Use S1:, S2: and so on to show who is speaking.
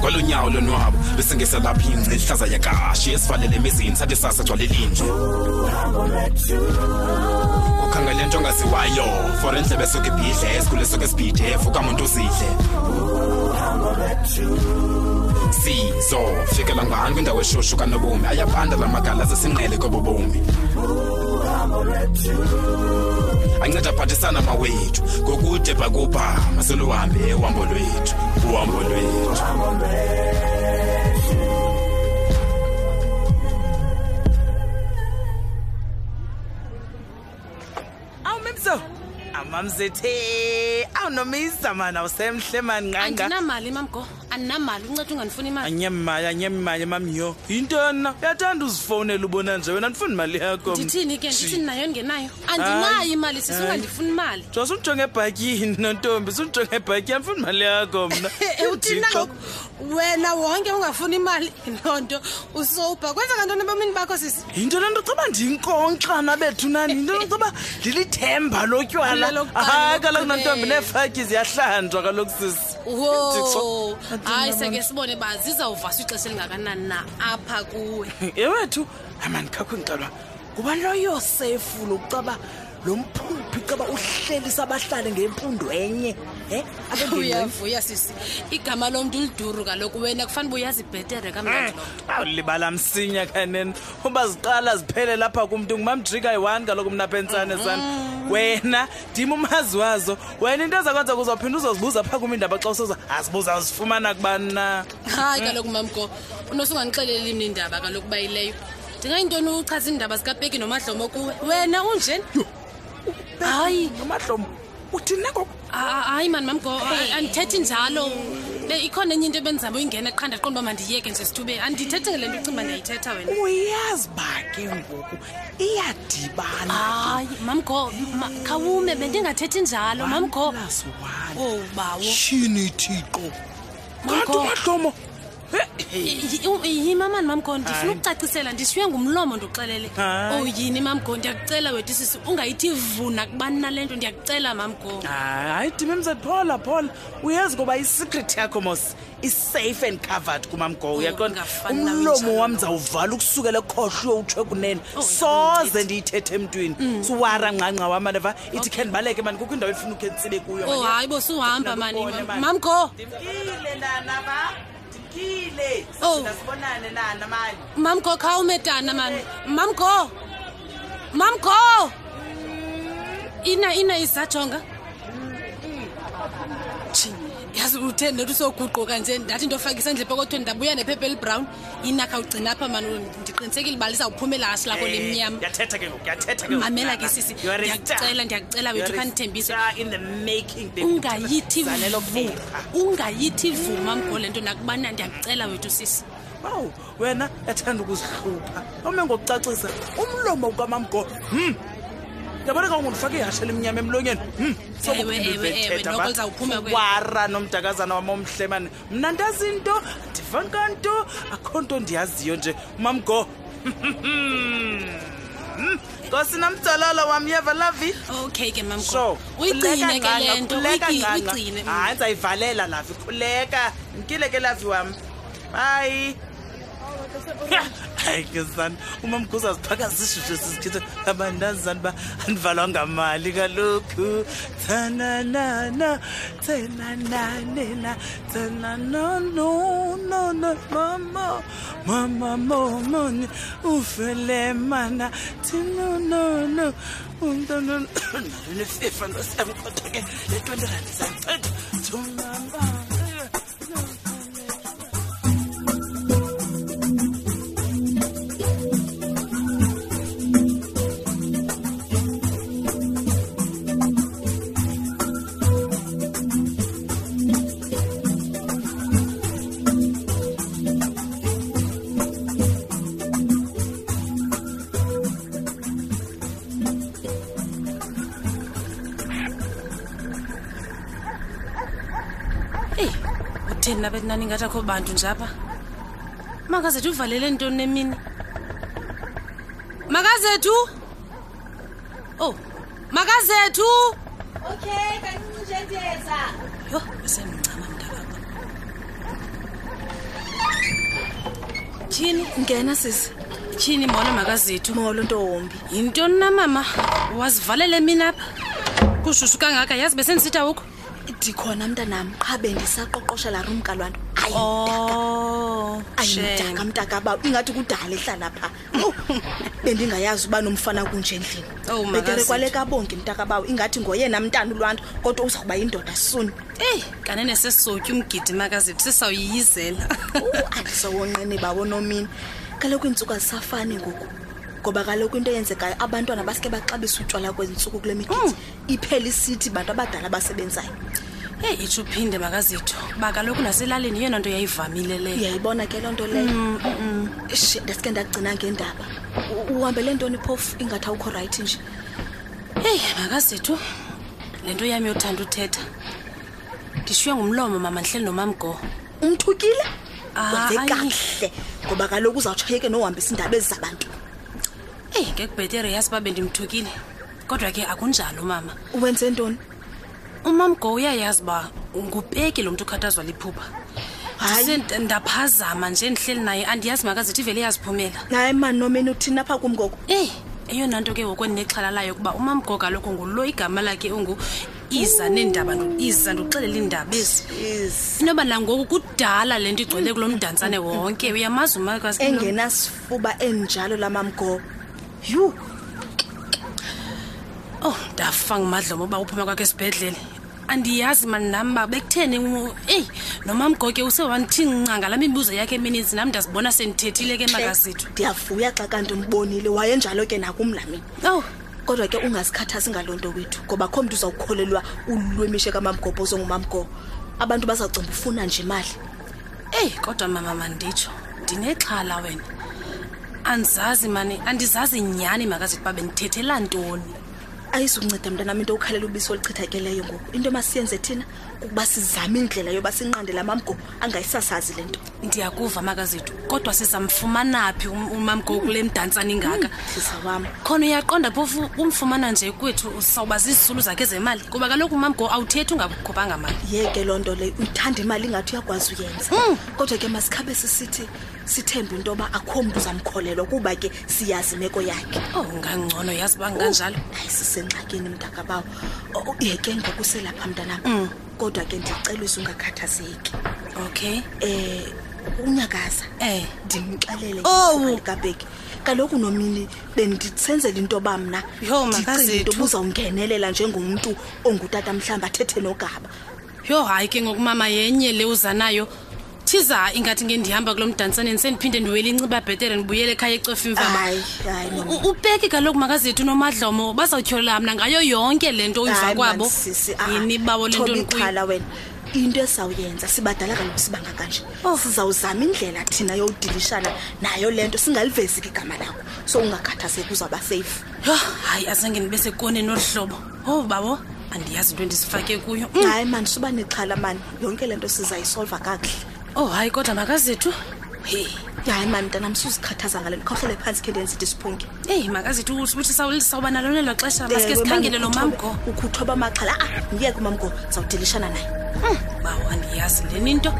S1: kwalonyawo lonwabo besingeselapha ingci ihlaza yakashi esivalele emizini sathi sasa gcwale linje ukhangele nto ongaziwayo for endlebe esuke ibhidle esikhule esuke esibhidef ukamuntu uzidle sizo fikela ngani kwindawo eshushu kanobomi ayabanda la magala zesinqele kobobomi anceda aphathisana mawethu ngokude bhakubhama seluhambe uhambo lwethu uhambo lwethu
S2: awu mimso amamzethe awu nomisa mani awusemhle mani nganga
S3: andinamali mamgo andinamali unceda ungandifuni imali
S2: anyemali anyemali mamyo yintoni na uyathanda uzifowunela ubona nje wena andifuni mali yakho
S3: ndithini ke ndithini nayo ndingenayo
S2: Hayi,
S3: andinayo imali sise
S2: hayi.
S3: ungandifuni imali
S2: jose undijonge ebhakini nontombi sundijonge ebhakini andifuni mali yakho mna
S3: uthina
S2: Uthixo.
S3: eh, ngoku wena wonke ungafuni imali loo nto usobha kwenza kantoni ebomini bakho sisi
S2: yinto le nto caba ndiyinkonkxana bethu nani
S3: Eh,
S2: yinto le nto caba ndilithemba lotywala
S3: Lalokuqala,
S2: hayi kaloku
S3: lokuqala.
S2: nontombi neefaki ziyahlanjwa kaloku sisi
S3: wo
S2: Uthixo.
S3: hayi seke sibone uba zizawuvaswa ixesha elingakanani na apha kuwe
S2: Mm, ewethu amani khakho ngiqalwa ngubani loyosefu lokucaba lo mphuphi caba uhlelisa abahlali ngempundo enye um
S3: uyavuya sisi igama lomntu uliduru kaloku wena kufanele uba uyazi bhetere
S2: Eh.
S3: kamnandi loo nto
S2: awulibala msinya kanene uba ziqala ziphele lapha kumntu ngumamjika yi-one kaloku mna phentsane sana wena ndim umazi wazo wena into ezakwenza kuzawuphinda uzozibuza phaa kum iindaba xa usoza azibuza uzifumana kubani na
S3: hayi kaloku mamgo unosungandixeleli mna indaba kaloku bayileyo ndingayintoni uchaza iindaba zikapeki nomadlomo kuwe wena unjeni hayi
S2: nomahlomo uthini negoku
S3: Ah, hayi mani mamgo ah, andithethi njalo Be, ikhona enye into ebendizama uyingena qha ndaqonda uba mandiyeke nje sithube andithethi ngele nto ucimba ndiyayithetha wena
S2: uyazi ba ke ngoku iyadibana
S3: hayi mamgo ma- khawume bendingathethi njalo mamgo
S2: Plus one.
S3: owu bawo
S2: shini thixo kanti
S3: Mamkhosi.
S2: umahlomo
S3: yimamani mamgo ndifuna
S2: Hayi.
S3: ukucacisela ndishiye ngumlomo Oh, ndikuxelele
S2: Hayi.
S3: oyini mamgo ndiyakucela wethu sisi ungayithi vuna kubani nale nto ndiyakucela mamgo
S2: Ah, hayi dimimzet phola phola uyazi ngoba isikrethi yakho mos i-safe and covered kumamgo uyaqonda
S3: ungafani nawe
S2: umlomo
S3: Oh, njalo.
S2: wam zawuvala ukusukela ekhohlo uyotsho kunene
S3: Oh, Mm.
S2: soze
S3: ndincedi.
S2: ndiyithethe emntwini suwara ngqangqa wam maneva ithi khe ndibaleke mani kukho indawo endifuna ukhe ndisibe kuyo
S3: oh
S2: mani.
S3: hayi bosuhamba mani
S2: Ndifuna ubone, mani.
S3: mamgo
S2: ndimkile nana ma ndimkile
S3: Oh.
S2: sibonane nana mani
S3: mamgo khawumetana mani mamgo mamgo ina ina isajonga tshi yazi uthe neti usoguquka nje ndathi ndofaka isandla epokothweni ndabuya nephepha elibrown ina khawugcina apha mani ndiqinisekile uba lizawuphumela hasi lakho
S2: Eh.
S3: limnyama
S2: yathetha ke ngoku yathetha ke ngoku,
S3: mamela ke
S2: Nana.
S3: sisi
S2: You are a star.
S3: ndiyakucela ndiyakucela wethu khandithembise ungayithi vu
S2: ungayithiwu
S3: ungayithi vu mamgo le nto nakubana ndiyakucela wethu sisi
S2: wena yathanda ukuzihlupha ome ngokucacisa umlomo kamamgo hm yabona kangoku ndifake ihashe elimnyama emlonyeni hm
S3: Ewe, ewe, ewe, noko lizawuphuma kweli.
S2: wara nomdakazana wam omhle mani mna ndazi nto ndivanka nto akho nto ndiyaziyo nje umamgo Hmm. nkosi namtsalala wam yeva lavi
S3: okay ke mamgo
S2: so
S3: uyigcine ke le nto uyigi- uyigcine mm.
S2: hayi ndizayivalela lavi khuleka ndikile ke lavi wam bayi hayi ke sani umamkhuza ziphaka zishushe sizikhethe abandazani uba andivalwa ngamali kaloku tsananana tsenananena tsenanononona mama mama momoni ufelemana tinonono umntanonalenefifa ngosemkota ke le-twenty rand zanceda tumamba
S3: eyi utheni nabe ndinaningathi akho bantu nje apha makazethu uvalele ntoni nemini makazethu ow makazethu
S4: okay kancinci njendiyeza
S3: yho besendicama mntabakho tyhini
S4: ngena sisi
S3: tyhini molo makazethu
S4: molo ntombi
S3: yintoni na mama wazivalele mina apha kushushu kangaka yazi besendisithi awukho
S4: ndikhona mntanam qha bendisaqoqosha laa rumka lwanto
S3: o
S4: ayimdaka mntakabawo ingathi kudala ehlala phaa Oh, bendingayazi uba nomfana kunje endlini
S3: Oh,
S4: bhetere
S3: makazethu.
S4: kwaleka bonke mntakabawo ingathi ngoyena mntana ulwanto kodwa uzawuba yindoda suni
S3: eyi kanene sesisotya umgidi makazethu sisawuyiyizela
S4: Uh, andisowonqeniba wonomini kaloku iintsuku azisafani ngoku ngoba kaloku into eyenzekayo abantwana basike baxabisa utywala kwezi ntsuku kule migidi iphela isithi bantu abadala abasebenzayo
S3: eyi itsho uphinde makazethu uba kaloku naselalini yeyona nto yayivamile leyo
S4: uyayibona ke loo nto leyo shi ndasike ndagcina ngendaba U- uhambele ntoni phofu ingathi awukho rayithi nje
S3: heyi makazethu le nto yam yothanda uthetha ndishiywe ngumlomo mama ndihleli nomamgo
S4: umthukile
S3: Ah,
S4: wenze
S3: ayi.
S4: kahle ngoba kaloku uzawutshayeke nohambisa iindaba ezizabantu
S3: eyi ngekubhetere yazi uba bendimthukile kodwa ke akunjalo mama
S4: wenze ntoni
S3: umamgo uyayazi uba ngupeki lo mntu ukhathazwa liphupha
S4: Hayi.
S3: Ndise- ndaphazama nje ndihleli naye andiyazi makazethu ivele iyaziphumela
S4: hayi mani nomini uthini apha kum ngoku
S3: eyi eyona nto ke ngoku endinexhala layo ukuba umamgo kaloku ngulo igama lakhe ungu iza neendaba ndu- iza ndikuxelela iindaba ezi inoba nangoku kudala le nto igcwele kulo mdantsane wonke uyamazi umakazi
S4: engenasifuba enjalo lamamgobo yhu
S3: oh ndafa ngumadlomo uba uphuma kwakhe esibhedlele andiyazi mani nam uba bekutheni u- eyi nomamgoke usewandithi nca ngala mibuzo yakhe emininzi nam ndazibona sendithethile ke makazethu
S4: ndiyavuya xa kanti umbonile wayenjalo ke nakum lamini
S3: ow
S4: kodwa ke ungazikhathazi ngaloo nto wethu ngoba kho mntu uzawukholelwa ululwemishe kamamgobo ozongumamgobo abantu bazawucinga ufuna nje imali
S3: eyi kodwa mama manditsho ndinexhala wena andizazi mani andizazi nyhani makazethu uba bendithethela ntoni
S4: ayizukunceda mntanam into ukhalela ubisi oluchithakeleyo ngoku into emasiyenze thina kukuba sizame indlela yoba sinqande la mamgobo angayisasazi le nto
S3: ndiyakuva makazethu kodwa sizamfumana phi um- umamgo kule mdantsane ingaka
S4: ndisa wam
S3: khona uyaqonda phofu umfumana nje kwethu sawuba zizisulu zakhe zemali kuba kaloku umamgo awuthethi ungakhuphanga mali
S4: yeke loo nto leyo uyithanda imali ingathi uyakwazi uyenza
S3: Mm.
S4: kodwa ke masikhabe sisithi sithembe into yoba akho mntu uzamkholelwa kuba ke siyazi imeko yakhe
S3: ow Oh, ngangcono yazi uba nganjalo
S4: hayi sisengxakini mntakabawo O- o- yeke ngokuselapha mntanam
S3: Mm.
S4: kodwa ke ndicelise ungakhathazeki
S3: okay
S4: um unyakaza
S3: Eh.
S4: ndimxelele
S3: Owu.
S4: likabheki kaloku nomini bendisenzela into yoba mna
S3: Yho,
S4: ndicinga into
S3: makazethu.
S4: yoba uzawungenelela njengomntu ongutata mhlawumbi athethe nogaba
S3: yho hayi ke ngokumama yenye le uza nayo thiza ingathi nge ndihamba kulo mdansaneni sendiphinde ndiwele inciba bhetere ndibuyele ekhaya ecofa imvaba
S4: hayi hayi nomini
S3: U- ubeki kaloku makazethu nomadlomo bazawutyholela mna ngayo yonke le nto uyiva
S4: Hayi,
S3: kwabo
S4: man, sisi, ah,
S3: yini bawo le
S4: thoba
S3: ntoni kuyo
S4: ixhala wena into esawuyenza sibadala kaloku sibanga kanje
S3: Oh.
S4: sizawuzama indlela thina yowudilishana nayo le nto singalivezi ke igama lakho so ungakhathazeki uzawuba seyifu
S3: yho hayi azange ndibe sekoneni olu hlobo owu bawo andiyazi into endizifake kuyo Mm.
S4: hayi mani suba nexhala mani yonke le nto sizayisolva kakuhle
S3: oh hayi kodwa makazethu heyi
S4: hayi mani mntanam suzikhathaza ngale nto khawuhlele phantsi khe ndenzithi siphunge
S3: eyi makazethu uthi saw- sawuba nalo nelo xesha masike
S4: Ewe, Eh, mani,
S3: sikhangele lo
S4: ukuthoba-
S3: mamgo
S4: ukuthoba ah, amaxhala a-a ndiyeke umamgo zawudilishana naye
S3: Mm, bawo andiyazi leni into